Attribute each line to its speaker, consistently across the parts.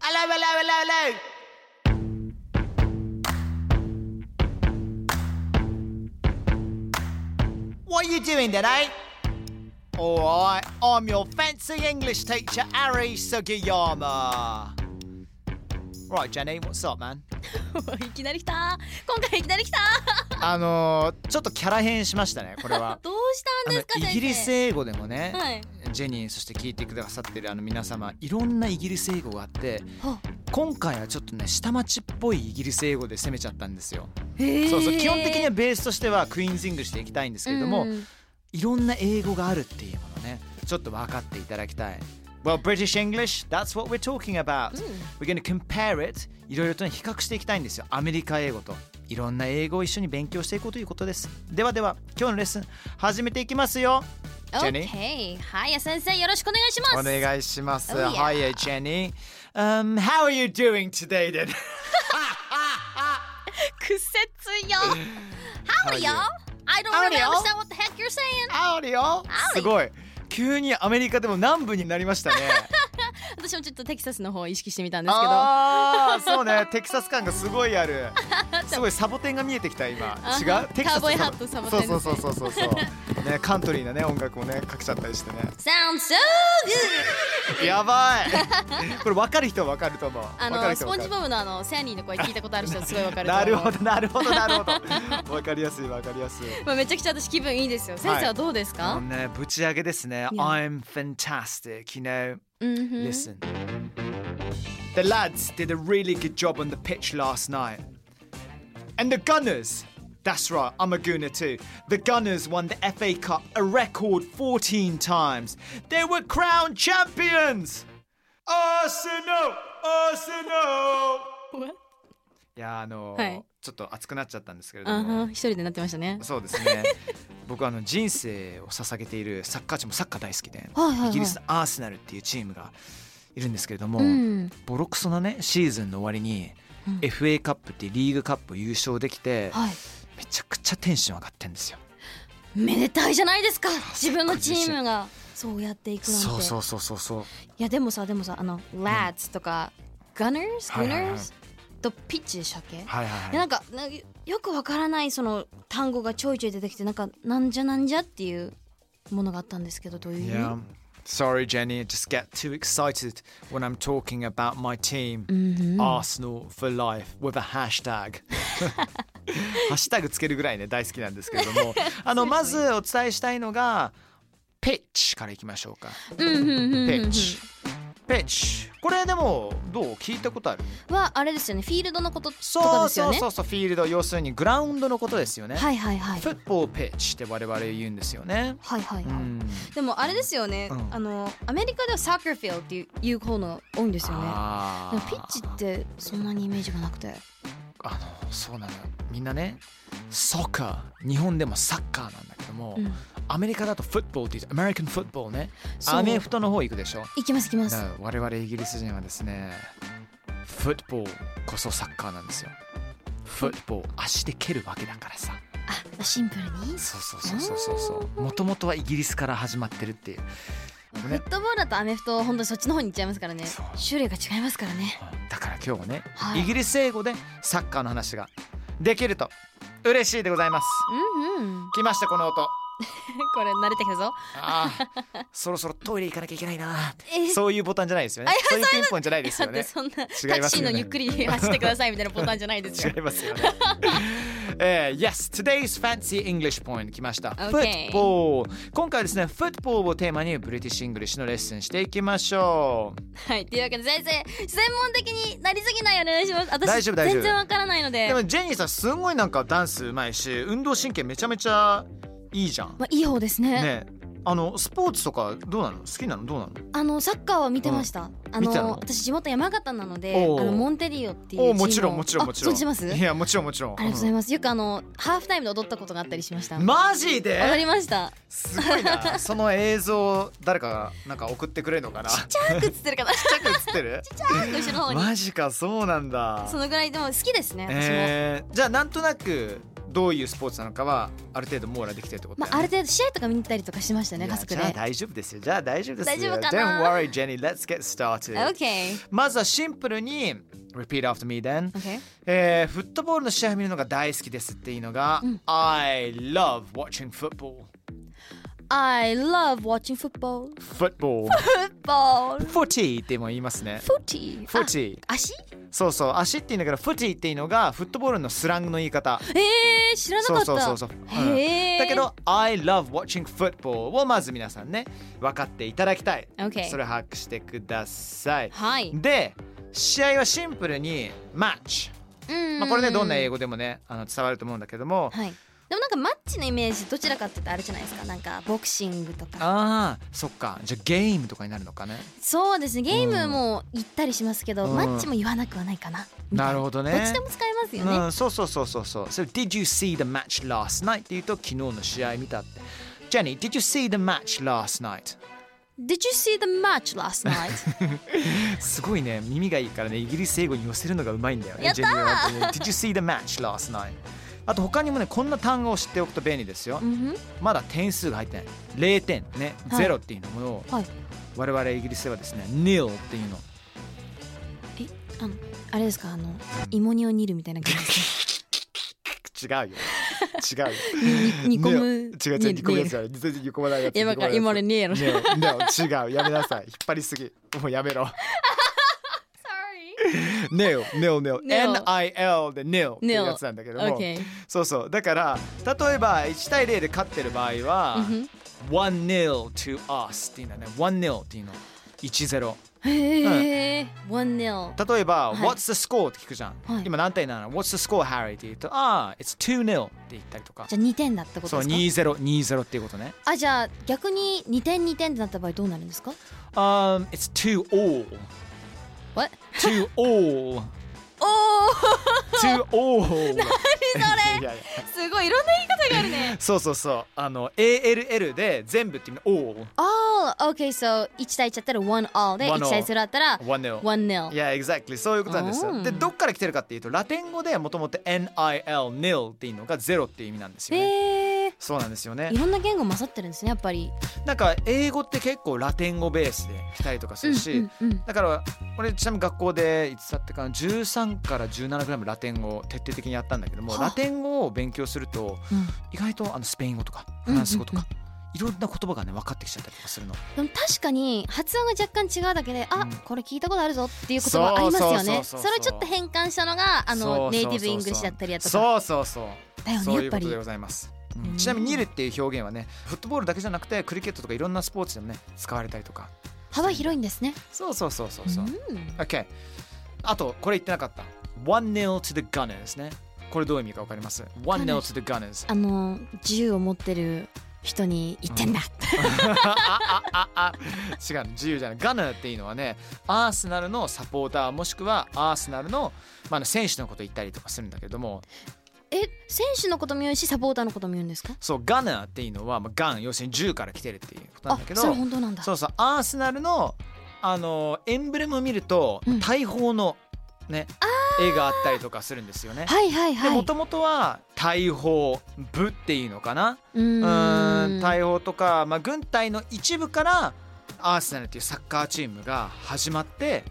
Speaker 1: Hello, hello, hello, hello. What are you doing today? All right, I'm your fancy English teacher, Ari Sugiyama. Right, Jenny, what's up, man?
Speaker 2: いきなり来た今回いきなり来た。
Speaker 1: あのー、ちょっとキャラ変しましたね、これは
Speaker 2: どうしたんですか
Speaker 1: あのイギリス英語でもね、
Speaker 2: はい
Speaker 1: ジェニーそして聞いてくださってるあの皆様いろんなイギリス英語があって
Speaker 2: は
Speaker 1: 今回はちょっとね下町っぽいイギリス英語で攻めちゃったんですよ。
Speaker 2: 先生
Speaker 1: そうそう基本的にはベースとしてはクイーンズ・イングリッシュでいきたいんですけれども、
Speaker 2: うん
Speaker 1: いろんな英語があるっていうものねちょっと分かっていただきたい。Well, British English, that's what we're talking about.、we're going to compare it. いろいろとね比較していきたいんですよ。アメリカ英語と。いろんな英語を一緒に勉強していこうということです。ではでは、今日のレッスン始めていきますよ。ジェニー。
Speaker 2: OK はい先生よろしくお願いします
Speaker 1: お願いします。
Speaker 2: Oh, yeah.
Speaker 1: Hi, Jenny. Um, how are you doing today then?
Speaker 2: 屈折よ How
Speaker 1: How are
Speaker 2: are you?
Speaker 1: you?
Speaker 2: I don't
Speaker 1: How are
Speaker 2: really
Speaker 1: you?
Speaker 2: understand what the heck you're saying
Speaker 1: あるよ。 すごい。急にアメリカでも南部になりましたね。
Speaker 2: 私もちょっとテキサスの方を意識してみたんですけど
Speaker 1: ああ、そうね。テキサス感がすごいある。すごいサボテンが見えてきた今。違
Speaker 2: あ
Speaker 1: う？テキサス
Speaker 2: カウボーイ
Speaker 1: の
Speaker 2: ハットサボテンです
Speaker 1: そ
Speaker 2: ね
Speaker 1: うそうそうそうそう。ね、カントリーなね音楽もねかけちゃったりしてね。
Speaker 2: Sounds so good
Speaker 1: やば い。これ分かる人は分かると思う。
Speaker 2: あ
Speaker 1: 分か
Speaker 2: の
Speaker 1: る
Speaker 2: ス
Speaker 1: 人
Speaker 2: ポ
Speaker 1: は分か
Speaker 2: ンジ
Speaker 1: る
Speaker 2: ボブのあのサニーの声聞いたことある人はすごいわかると思
Speaker 1: な
Speaker 2: う
Speaker 1: るほどなるほどなるほど。分かりやすい分かりやすい。
Speaker 2: まあめちゃくちゃ私気分いいですよ先生はどうです
Speaker 1: もう
Speaker 2: か
Speaker 1: ね、ぶち上げですね。
Speaker 2: Yeah.
Speaker 1: I'm fantastic, you know.
Speaker 2: うんふん
Speaker 1: Listen. The lads did a really good job on the pitch last night. And the Gunners, that's right, I'm a Gooner too. The Gunners won the FA Cup a record 14 times. They were crowned champions! Arsenal! Arsenal! いや、あの、
Speaker 2: はい
Speaker 1: ちょっと熱くなっちゃったんですけれど
Speaker 2: あ
Speaker 1: も。
Speaker 2: は一人でなってましたね
Speaker 1: そうですね僕はあの人生を捧げているサッカーチームサッカー大好きで、
Speaker 2: はいはいはい
Speaker 1: イギリスのアーセナルっていうチームがいるんですけれども、
Speaker 2: うん
Speaker 1: ボロクソなねシーズンの終わりに、FA カップっていうリーグカップ優勝できて、
Speaker 2: はい
Speaker 1: めちゃくちゃテンション上がってんですよ。
Speaker 2: めでたいじゃないですか自分のチームがそうやっていくなんて
Speaker 1: そうそうそうそうそう。
Speaker 2: いやでもさでもさあの「lads」とか「gunners」「
Speaker 1: はいはいはい
Speaker 2: gunners」と「ピッチ」でしたっけ、
Speaker 1: はいはい
Speaker 2: で
Speaker 1: は
Speaker 2: ないん。かなんかよくわからないその単語がちょいちょい出てきてなんかなんじゃなんじゃっていうものがあったんですけどどういう意味
Speaker 1: Yeah. Sorry, Jenny. I just get too excited when I'm talking about my team, Arsenal for life, with a hashtag. ハッシュタグつけるぐらいね大好きなんですけれど もあのまずお伝えしたいのがピッチからいきましょうかピッチピッチこれでもどう聞いたことある
Speaker 2: はあれですよねフィールドのこととか
Speaker 1: そ
Speaker 2: で
Speaker 1: う
Speaker 2: すよ
Speaker 1: そう
Speaker 2: ね
Speaker 1: そうそうフィールド要するにグラウンドのことですよね
Speaker 2: はいはいはい
Speaker 1: フットボールピッチって我々言うんですよね
Speaker 2: はいはいはい、
Speaker 1: うん
Speaker 2: でもあれですよね、
Speaker 1: うん
Speaker 2: あのアメリカではサッカーフィールドっていういう方の多いんですよね
Speaker 1: あ
Speaker 2: でも
Speaker 1: ー
Speaker 2: ピッチってそんなにイメージがなくて
Speaker 1: あのそうなのよみんなねサッカー日本でもサッカーなんだけども、
Speaker 2: うん
Speaker 1: アメリカだとフットボールって言うとアメリカンフットボールね
Speaker 2: そう
Speaker 1: アメフトの方行くでしょ
Speaker 2: いきますいきま
Speaker 1: だ
Speaker 2: す
Speaker 1: から我々イギリス人はですねフットボールこそサッカーなんですよフットボール足で蹴るわけだからさ
Speaker 2: あシンプルに
Speaker 1: そうそうそうそうそうそうもともとはイギリスから始まってるっていう
Speaker 2: フ
Speaker 1: ね
Speaker 2: ットボールだとアメフト本当にそっちの方に行っちゃいますからね
Speaker 1: そう
Speaker 2: 種類が違いますからね
Speaker 1: だから今日はね、
Speaker 2: はい
Speaker 1: イギリス英語でサッカーの話ができると嬉しいでございます
Speaker 2: うんうん。
Speaker 1: 来ましたこの音
Speaker 2: これ慣れてきたぞ。
Speaker 1: あーそろそろトイレ行かなきゃいけないな
Speaker 2: え
Speaker 1: そういうボタンじゃないですよねそういうピンポンじゃないですよ
Speaker 2: だって
Speaker 1: ね
Speaker 2: そんな、タクシ
Speaker 1: 違います
Speaker 2: ー
Speaker 1: よね
Speaker 2: のゆっくり走ってくださいみたいなボタンじゃない ですよ
Speaker 1: 違。いますよね。 えー yes, today's fancy English point 来ました。
Speaker 2: Okay.
Speaker 1: Football 今回はですね、Football をテーマにブリティッシュ・イングリッシュのレッスンしていきましょう。
Speaker 2: はい、というわけで先生専門的になりすぎないようにお願いします。私
Speaker 1: 大丈夫大丈夫
Speaker 2: 全然わからないので。
Speaker 1: でもジェニーさんすごいなんかダンスうまいし、運動神経めちゃめちゃいいじゃん。
Speaker 2: まあいい方ですね。
Speaker 1: ね、あのスポーツとかどうなの？好きなのどうなの？
Speaker 2: あのサッカーは見てました。あ
Speaker 1: 見てた
Speaker 2: の
Speaker 1: の
Speaker 2: 私地元山形なので、
Speaker 1: おう
Speaker 2: あのモンテリオっていうチーム
Speaker 1: お
Speaker 2: を。
Speaker 1: おもちろんもちろんもちろん。
Speaker 2: あ存じてます？あ
Speaker 1: い
Speaker 2: りが
Speaker 1: やもちろんもちろん。
Speaker 2: とうございます。よくあのハーフタイムで踊ったことがあったりしました。
Speaker 1: う
Speaker 2: わ
Speaker 1: んマジで？
Speaker 2: かりました。
Speaker 1: すごいな。その映像誰かがなんか送ってくれるのかな？ちっち
Speaker 2: チャークっつってるから。
Speaker 1: ゃく映ってる？
Speaker 2: 後ろの方に。
Speaker 1: マジかそうなんだ
Speaker 2: そのぐらいでも好きですね。私も。
Speaker 1: えー、じゃあなんとなくどういうスポーツなのかはある程度網羅できてるってこと
Speaker 2: ま
Speaker 1: だよ
Speaker 2: あ、ある
Speaker 1: ね
Speaker 2: 程度試合とか見に行ったりとかしましたね
Speaker 1: い
Speaker 2: 家
Speaker 1: や
Speaker 2: 族で
Speaker 1: じゃあ大丈夫ですよじゃあ大丈夫ですよ
Speaker 2: 大丈夫かな
Speaker 1: Don't worry Jenny let's get started、
Speaker 2: OK
Speaker 1: まずはシンプルに Repeat after me then、
Speaker 2: OK
Speaker 1: えー、フットボールの試合見るのが大好きですっていうのが、I love watching football
Speaker 2: I love watching football
Speaker 1: football
Speaker 2: football
Speaker 1: 40っても言いますね
Speaker 2: footy あ
Speaker 1: 40
Speaker 2: 足
Speaker 1: そうそう足っていうんだけど40っていうのがフットボールのスラングの言い方
Speaker 2: えー、知らなかった
Speaker 1: そうそうそうそううん
Speaker 2: へー
Speaker 1: だけど I love watching football をまず皆さんね分かっていただきたい、
Speaker 2: OK
Speaker 1: それを把握してください
Speaker 2: はい
Speaker 1: で試合はシンプルにマッチ、
Speaker 2: うん
Speaker 1: まあ、これねどんな英語でもねあの伝わると思うんだけども、
Speaker 2: はいでもなんかマッチのイメージどちらかって言ったらあれじゃないですかなんかボクシングとか
Speaker 1: ああそっかじゃあゲームとかになるのかね
Speaker 2: そうですねゲームも言ったりしますけど、
Speaker 1: うん
Speaker 2: マッチも言わなくはないかなみたい
Speaker 1: なるほどね
Speaker 2: どっちでも使えますよね、
Speaker 1: うん、そうそうそうそうそう So did you see the match last night? って言うと昨日の試合見たって Jenny, did you see the match last night?
Speaker 2: Did you see the match last night?
Speaker 1: すごいね耳がいいからねイギリス英語に寄せるのがうまいんだよね
Speaker 2: やっ
Speaker 1: ジ
Speaker 2: たー
Speaker 1: ェニーは本当に Did you see the match last night? あと他にもねこんな単語を知っておくと便利ですよ、
Speaker 2: うんふん
Speaker 1: まだ点数が入ってない0点ね、
Speaker 2: はい
Speaker 1: 0っていうのも
Speaker 2: はい
Speaker 1: 我々イギリスではですね nil っていうの
Speaker 2: えあのあれですかあの芋煮を煮るみたいな感じです
Speaker 1: 違うよ違うよ
Speaker 2: か煮込む
Speaker 1: 違う違う煮込むやつ
Speaker 2: る
Speaker 1: じゃない全然煮込まないやつ
Speaker 2: 今から今まで煮えろ Sorry
Speaker 1: ねね違うやめなさい引っ張りすぎもうやめろ nil nil nil
Speaker 2: Nil
Speaker 1: nil で nil っていうやつなんだけども
Speaker 2: OK
Speaker 1: そうそうだから例えば1対0で勝ってる場合は
Speaker 2: うん
Speaker 1: one nil to us っていうのはね one nil っていうの1-0
Speaker 2: へえ One nil
Speaker 1: 例えば、
Speaker 2: はい
Speaker 1: What's the score? って聞くじゃん、
Speaker 2: はい
Speaker 1: 今何対7 What's the score Harry? って言うとああ It's 2 nil って言ったりとか
Speaker 2: じゃあ2点だってこと
Speaker 1: そう
Speaker 2: ですか
Speaker 1: 2-0 2-0っていうことね
Speaker 2: あじゃあ逆に2点2点ってなった場合どうなるんですか
Speaker 1: um, It's 2 all
Speaker 2: What?
Speaker 1: two all
Speaker 2: おお
Speaker 1: two all 何
Speaker 2: それ
Speaker 1: いやいや
Speaker 2: すごいいろんな言い方があるね
Speaker 1: そうそうそうあの ALL で全部って意味 all
Speaker 2: All OK so 1対1だったら One all で
Speaker 1: One all
Speaker 2: 1対0だったら
Speaker 1: one nil
Speaker 2: One nil
Speaker 1: いや、exactly そういうことなんです
Speaker 2: うん
Speaker 1: よ。で、どっから来てるかっていうと、ラテン語でもともと nil nil っていうのがゼロっていう意味なんですよね。
Speaker 2: へえ
Speaker 1: そうなんですよね
Speaker 2: い。ろんな言語混ざってるんですねやっぱり
Speaker 1: なんか英語って結構ラテン語ベースで来たりとかするし、
Speaker 2: うんうんうん
Speaker 1: だから俺ちなみに学校でいつだってかな13から17ぐらいまでラテン語を徹底的にやったんだけども
Speaker 2: はあ
Speaker 1: ラテン語を勉強すると
Speaker 2: うん
Speaker 1: 意外とあのスペイン語とか
Speaker 2: うん
Speaker 1: フランス語とか、いろんな言葉がね分かってきちゃったりとかするの。
Speaker 2: でも確かに発音が若干違うだけで、あ
Speaker 1: うん
Speaker 2: これ聞いたことあるぞっていう言葉ありますよね
Speaker 1: そ
Speaker 2: そう
Speaker 1: そうそうそうそう
Speaker 2: れをちょっと変換したのがあ
Speaker 1: そ
Speaker 2: の
Speaker 1: うそうそうそう
Speaker 2: ネイティブイングリッシュだったりやとか
Speaker 1: そうそうそう。
Speaker 2: だよね
Speaker 1: そうい
Speaker 2: や
Speaker 1: う
Speaker 2: っ
Speaker 1: こ
Speaker 2: ぱ
Speaker 1: と
Speaker 2: り
Speaker 1: でございます。うん
Speaker 2: うん
Speaker 1: ちなみに「ニル」っていう表現はねフットボールだけじゃなくてクリケットとかいろんなスポーツでもね使われたりとか
Speaker 2: 幅広いんですね
Speaker 1: そうそうそうそうそう、
Speaker 2: うん
Speaker 1: OK あとこれ言ってなかった1-0 to the Gunners ねこれどういう意味かわかります1-0 to the Gunners
Speaker 2: あの銃を持ってる人に言ってんだ、
Speaker 1: ああああ違う自由じゃないガナーっていうのはねアーセナルのサポーターもしくはアーセナルの,、まあ、あの選手のこと言ったりとかするんだけども
Speaker 2: え選手のことも言うしサポーターのことも言うんですか
Speaker 1: そうガナーっていうのは、まあ、ガン要するに銃から来てるっていうことなん
Speaker 2: あ
Speaker 1: だけど
Speaker 2: それ本当なんだ
Speaker 1: そうそうアーセナルのあのエンブレムを見ると、
Speaker 2: うん
Speaker 1: 大砲のね絵があったりとかするんですよね。
Speaker 2: はいはいは
Speaker 1: で
Speaker 2: い
Speaker 1: もともとは大砲部っていうのかな
Speaker 2: う
Speaker 1: う
Speaker 2: ー
Speaker 1: ーん大砲とか、まあ、軍隊の一部からアーセナルっていうサッカーチームが始まって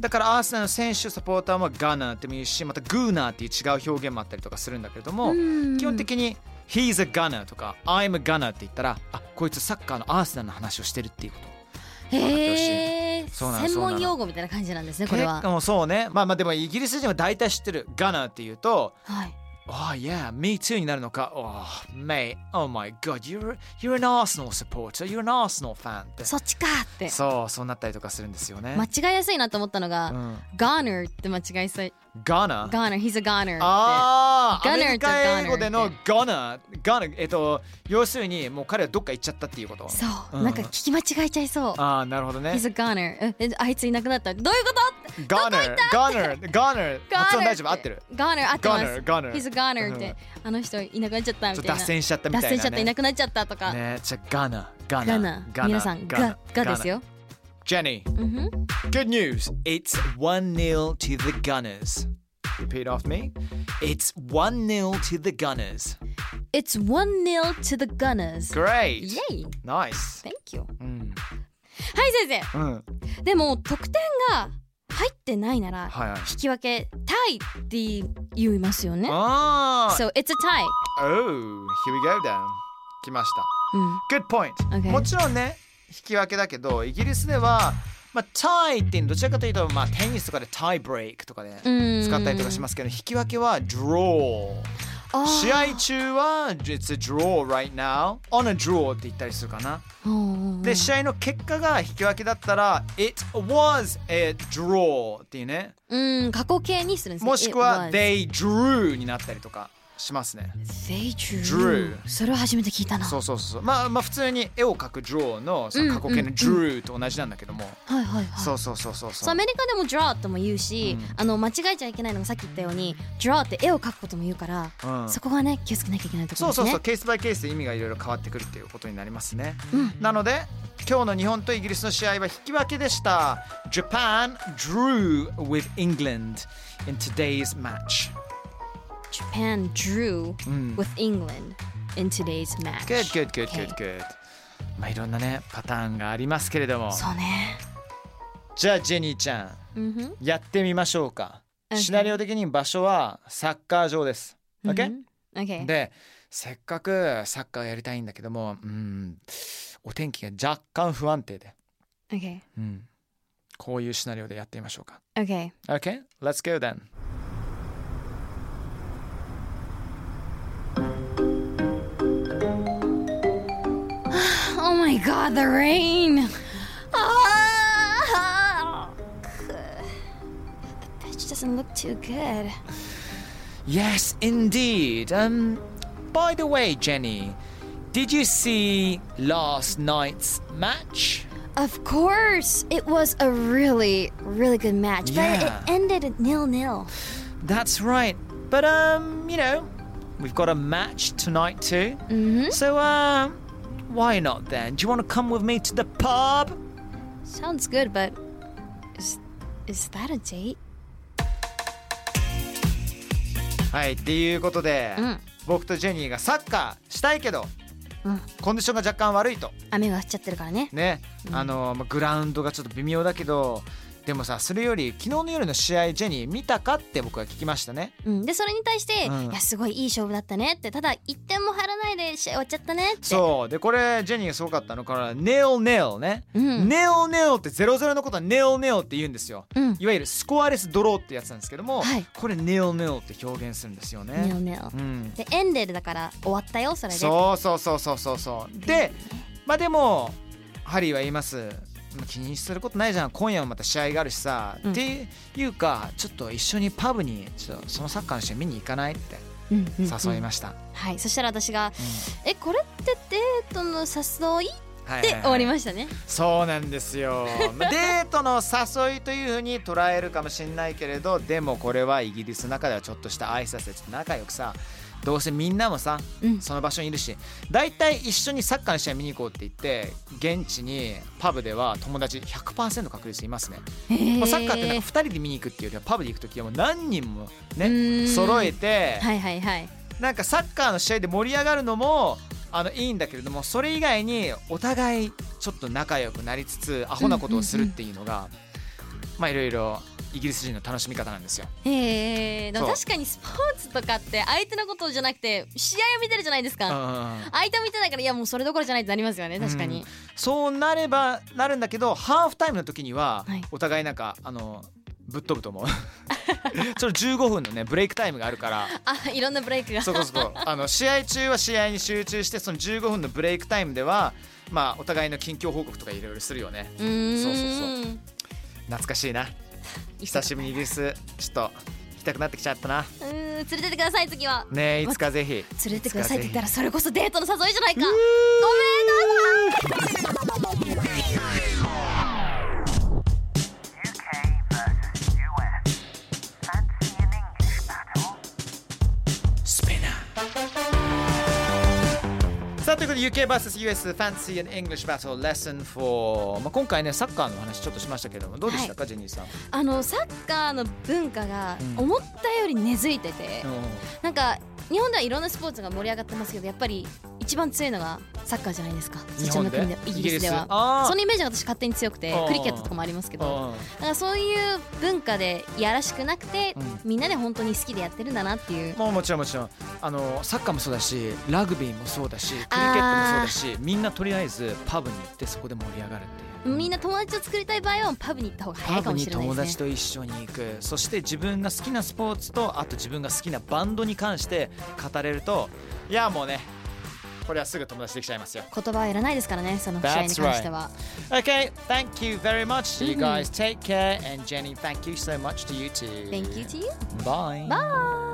Speaker 1: だからアーセナルの選手サポーターはガーナーっても言うしまたグーナーっていう違う表現もあったりとかするんだけれども、基本的に「He's a gunner」とか「I'm a gunner」って言ったらあこいつサッカーのアーセナルの話をしてるっていうこと。
Speaker 2: へえ
Speaker 1: そうなの
Speaker 2: 専門用語みたいな感じなんですねこれは
Speaker 1: 結構そうねまあまあでもイギリス人は大体知ってる「ガナー」っていうと
Speaker 2: はい
Speaker 1: 「Oh yeah me too」になるのか「Oh mate oh my god you're, you're an Arsenal supporter you're an Arsenal fan」って
Speaker 2: そっちかって
Speaker 1: そうそうなったりとかするんですよね
Speaker 2: 間。違いやすいなと思ったのが、
Speaker 1: うん、
Speaker 2: ガーナーって間違いそう
Speaker 1: ガナー
Speaker 2: ガーナー he's a goner って
Speaker 1: ああ、
Speaker 2: Gunner
Speaker 1: アメリ
Speaker 2: と
Speaker 1: カ
Speaker 2: Gunner
Speaker 1: 英語での Gunner、Gunner、えっと、要するにもう彼はどっか行っちゃったっていうこと。
Speaker 2: そう、
Speaker 1: うん
Speaker 2: なんか聞き間違えちゃいそう
Speaker 1: ああ、なるほどね
Speaker 2: he's。a goner ええあいついなくなったどういうこ
Speaker 1: Gunner、Gunner、Gunner、
Speaker 2: と
Speaker 1: 発音大丈夫合ってる。
Speaker 2: ガーナー合ってます
Speaker 1: Gunner、Gunner。
Speaker 2: he's a
Speaker 1: う
Speaker 2: goner
Speaker 1: ん
Speaker 2: っ
Speaker 1: ちょ
Speaker 2: てあの人いなくなっちゃった
Speaker 1: っ
Speaker 2: み
Speaker 1: と
Speaker 2: たいな
Speaker 1: 脱線しちゃったみたいな。
Speaker 2: 脱線しちゃったいな
Speaker 1: く
Speaker 2: くなっちゃったとか、
Speaker 1: ね、じゃあ Gunner、Gunner、
Speaker 2: ガナ
Speaker 1: Gunner
Speaker 2: 皆さんガ
Speaker 1: Gunner
Speaker 2: ガですよ、
Speaker 1: Jenny,
Speaker 2: うんふん
Speaker 1: good news. It's 1 0 to the Gunners. Repeat after me. It's 1 0 to the Gunners.
Speaker 2: It's 1 0 to the Gunners
Speaker 1: Great.
Speaker 2: イエイ
Speaker 1: Nice. Mm. Uh,
Speaker 2: Thank you
Speaker 1: うん。
Speaker 2: はい先
Speaker 1: うん。
Speaker 2: 生でも得点が入ってないなら
Speaker 1: はいはい。
Speaker 2: 引き分けタイって言いますよね
Speaker 1: ああ。
Speaker 2: So it's a tie
Speaker 1: Ah. Oh, here we go then. 来ました。
Speaker 2: うん
Speaker 1: Good point.
Speaker 2: Okay.
Speaker 1: もちろんね、引き分けだけど、イギリスでは、まあ、タイってどちらかというと、まあ、テニスとかでタイブレイクとかで
Speaker 2: うん
Speaker 1: 使ったりとかしますけど、引き分けは draw。
Speaker 2: あー
Speaker 1: 試合中は It's a draw right now. On a draw って言ったりするかな。
Speaker 2: うん
Speaker 1: で、試合の結果が引き分けだったら、It was a draw っていうね。
Speaker 2: うん過去形にするんですね
Speaker 1: もしくは
Speaker 2: It was
Speaker 1: They drew になったりとかしますね。
Speaker 2: They drew
Speaker 1: drew
Speaker 2: それは初めて聞いたな
Speaker 1: そうそうそうそうまあまあ普通に絵を描く draw のそ
Speaker 2: うん
Speaker 1: の過去形
Speaker 2: うんう
Speaker 1: の
Speaker 2: ん
Speaker 1: drew と同じなんだけども、
Speaker 2: はいはいはい
Speaker 1: そうそうそうそう
Speaker 2: そう
Speaker 1: そ
Speaker 2: ア
Speaker 1: う
Speaker 2: メリカでも draw とも言うし、
Speaker 1: う
Speaker 2: あの間違えちゃいけないのがさっき言ったように draw って絵を描くことも言うから、
Speaker 1: うん
Speaker 2: そこがね気をつけなきゃいけないとこ
Speaker 1: そ
Speaker 2: ろ
Speaker 1: う
Speaker 2: です
Speaker 1: そう
Speaker 2: ね
Speaker 1: そうケースバイケースで意味がいろいろ変わってくるっていうことになりますね、なので今日の日本とイギリスの試合は引き分けでした Japan drew with England in today's match
Speaker 2: Japan drew
Speaker 1: ん
Speaker 2: with England in today's match
Speaker 1: good good good
Speaker 2: Okay
Speaker 1: good good まあいろんなねパターンがありますけれども
Speaker 2: そうね
Speaker 1: じゃあジェニーちゃん
Speaker 2: うんふん
Speaker 1: やってみましょうか
Speaker 2: Okay
Speaker 1: シナリオ的に場所はサッカー場です
Speaker 2: うん
Speaker 1: OK?、
Speaker 2: OK
Speaker 1: でせっかくサッカーやりたいんだけどもうんお天気が若干不安定で、
Speaker 2: OK
Speaker 1: うん、こういうシナリオでやってみましょうか
Speaker 2: OK
Speaker 1: OK let's go then
Speaker 2: Oh my god the rain あー The pitch doesn't look too good
Speaker 1: yes indeed um by the way Jenny did you see last night's match
Speaker 2: Of course, it was a really, really good match,
Speaker 1: Yeah.
Speaker 2: but it ended at nil nil.
Speaker 1: that's right but um you know we've got a match tonight too so um why not then do you want to come with me to the pub
Speaker 2: Sounds good, but is is that a date?
Speaker 1: はい、っていうことで、
Speaker 2: ん
Speaker 1: 僕とジェニーがサッカーしたいけど、
Speaker 2: うん
Speaker 1: コンディションが若干悪いと
Speaker 2: 雨が降っちゃってるからね。
Speaker 1: ね、あのまあグラウンドがちょっと微妙だけどでもさそれより昨日の夜の試合ジェニー見たかって僕は聞きましたね
Speaker 2: うん、でそれに対して、
Speaker 1: うん
Speaker 2: いやすごいいい勝負だったねってただ1点も入らないで試合終わっちゃったねって
Speaker 1: そうでこれジェニーがすごかったのからネオネオね、
Speaker 2: うん
Speaker 1: ネオネオって0-0のことはネオネオって言うんですよ、
Speaker 2: うん
Speaker 1: いわゆるスコアレスドローってやつなんですけども、
Speaker 2: はい
Speaker 1: これネオネオって表現するんですよね
Speaker 2: ネオネオ
Speaker 1: うん
Speaker 2: でエンデルだから終わったよそれで
Speaker 1: そうそうそうそうそうそうでまあでもハリーは言います気にすることないじゃん今夜もまた試合があるしさ、
Speaker 2: うん
Speaker 1: っていうかちょっと一緒にパブにちょっとそのサッカーの試合見に行かないって
Speaker 2: うんうんうん
Speaker 1: 誘いました、
Speaker 2: はいそしたら私が、えこれってデートの誘い
Speaker 1: はい
Speaker 2: って終わり
Speaker 1: す
Speaker 2: ましたね
Speaker 1: そうなんです よまあデートの誘いというふうに捉えるかもしれないけれどでもこれはイギリスの中ではちょっとした挨拶でちょっと仲良くさどうせみんなもさ
Speaker 2: うん
Speaker 1: その場所にいるし大体一緒にサッカーの試合見に行こうって言って現地にパブでは友達100%確率いますね、もうサッカーってなんか2人で見に行くっていうよりはパブで行く時はもう何人も
Speaker 2: うー
Speaker 1: ね
Speaker 2: ん
Speaker 1: 揃えて、
Speaker 2: はいはいはい
Speaker 1: なんかサッカーの試合で盛り上がるのもあのいいんだけれどもそれ以外にお互いちょっと仲良くなりつつアホなことをするっていうのが、まあいろいろイギリス人の楽しみ方なんですよ
Speaker 2: えー、でも
Speaker 1: そう
Speaker 2: 確かにスポーツとかって相手のことじゃなくて試合を見てるじゃないです
Speaker 1: うんう
Speaker 2: か
Speaker 1: んうん
Speaker 2: 相手を見てないからいやもうそれどころじゃないってなりますよね確かに、
Speaker 1: そうなればなるんだけどハーフタイムの時には
Speaker 2: はい
Speaker 1: お互いなんかあのぶっ飛ぶと思う それ15分のねブレイクタイムがあるから
Speaker 2: あいろんなブレイクが
Speaker 1: そこそこあの試合中は試合に集中してその15分のブレイクタイムではまあお互いの近況報告とかいろいろするよね
Speaker 2: うーん
Speaker 1: そうそう懐かしいな久しぶりにイギリスちょっと行きたくなってきちゃったな
Speaker 2: うーん連れてってください次は
Speaker 1: ねえいつかぜひ
Speaker 2: 連れてってくださいって言った
Speaker 1: ら
Speaker 2: らそれこそデートの誘いじゃないかごめんなさい
Speaker 3: UK versus US. Fancy an English battle?
Speaker 1: スペナーさあということで UKVSUS Fancy and English Battle Lesson 4、まあ、今回ねサッカーの話ちょっとしましたけどもどうでしたか、ジェニーさん、
Speaker 2: あのサッカーの文化が
Speaker 1: うん
Speaker 2: 思ったより根付いてて、
Speaker 1: う
Speaker 2: なんか日本ではいろんなスポーツが盛り上がってますけどやっぱり一番強いのがサッカーじゃないですか
Speaker 1: 日
Speaker 2: そちら
Speaker 1: 本
Speaker 2: の
Speaker 1: で
Speaker 2: 国でイギリスで
Speaker 1: イギリスあ
Speaker 2: は
Speaker 1: ー
Speaker 2: そのイメージが私勝手に強くて
Speaker 1: あー
Speaker 2: クリケットとかもありますけ
Speaker 1: ん
Speaker 2: ど
Speaker 1: うん
Speaker 2: だからそういう文化でやらしくなくて、
Speaker 1: うん
Speaker 2: みんなで本当に好きでやってるんだなっていう
Speaker 1: もうもちろんもちろんあのサッカーもそうだしラグビーもそうだしクリケットもそうだしみんなとりあえずパブに行ってそこで盛り上がるっていう
Speaker 2: みんな友達を作りたい場合はパブに行った方が早
Speaker 1: パ
Speaker 2: いか
Speaker 1: ブ
Speaker 2: も
Speaker 1: に
Speaker 2: しれないで
Speaker 1: 友
Speaker 2: すね
Speaker 1: 達と一緒に行くそして自分が好きなスポーツとあと自分が好きなバンドに関して語れるといやもうねこれはすぐ友達できちゃいますよ
Speaker 2: 言葉はいらないですからねその試合に関しては、
Speaker 1: Okay, thank you very much. You guys take care. And Jenny, thank you so much to you too.
Speaker 2: Thank you to you
Speaker 1: Bye.
Speaker 2: bye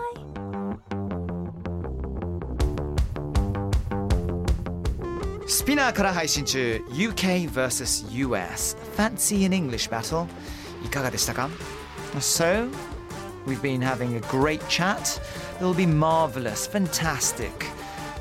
Speaker 1: Spinner から配信中 UK vs US Fancy an English Battle いかがでしたか So we've been having a great chat it'll be marvelous fantastic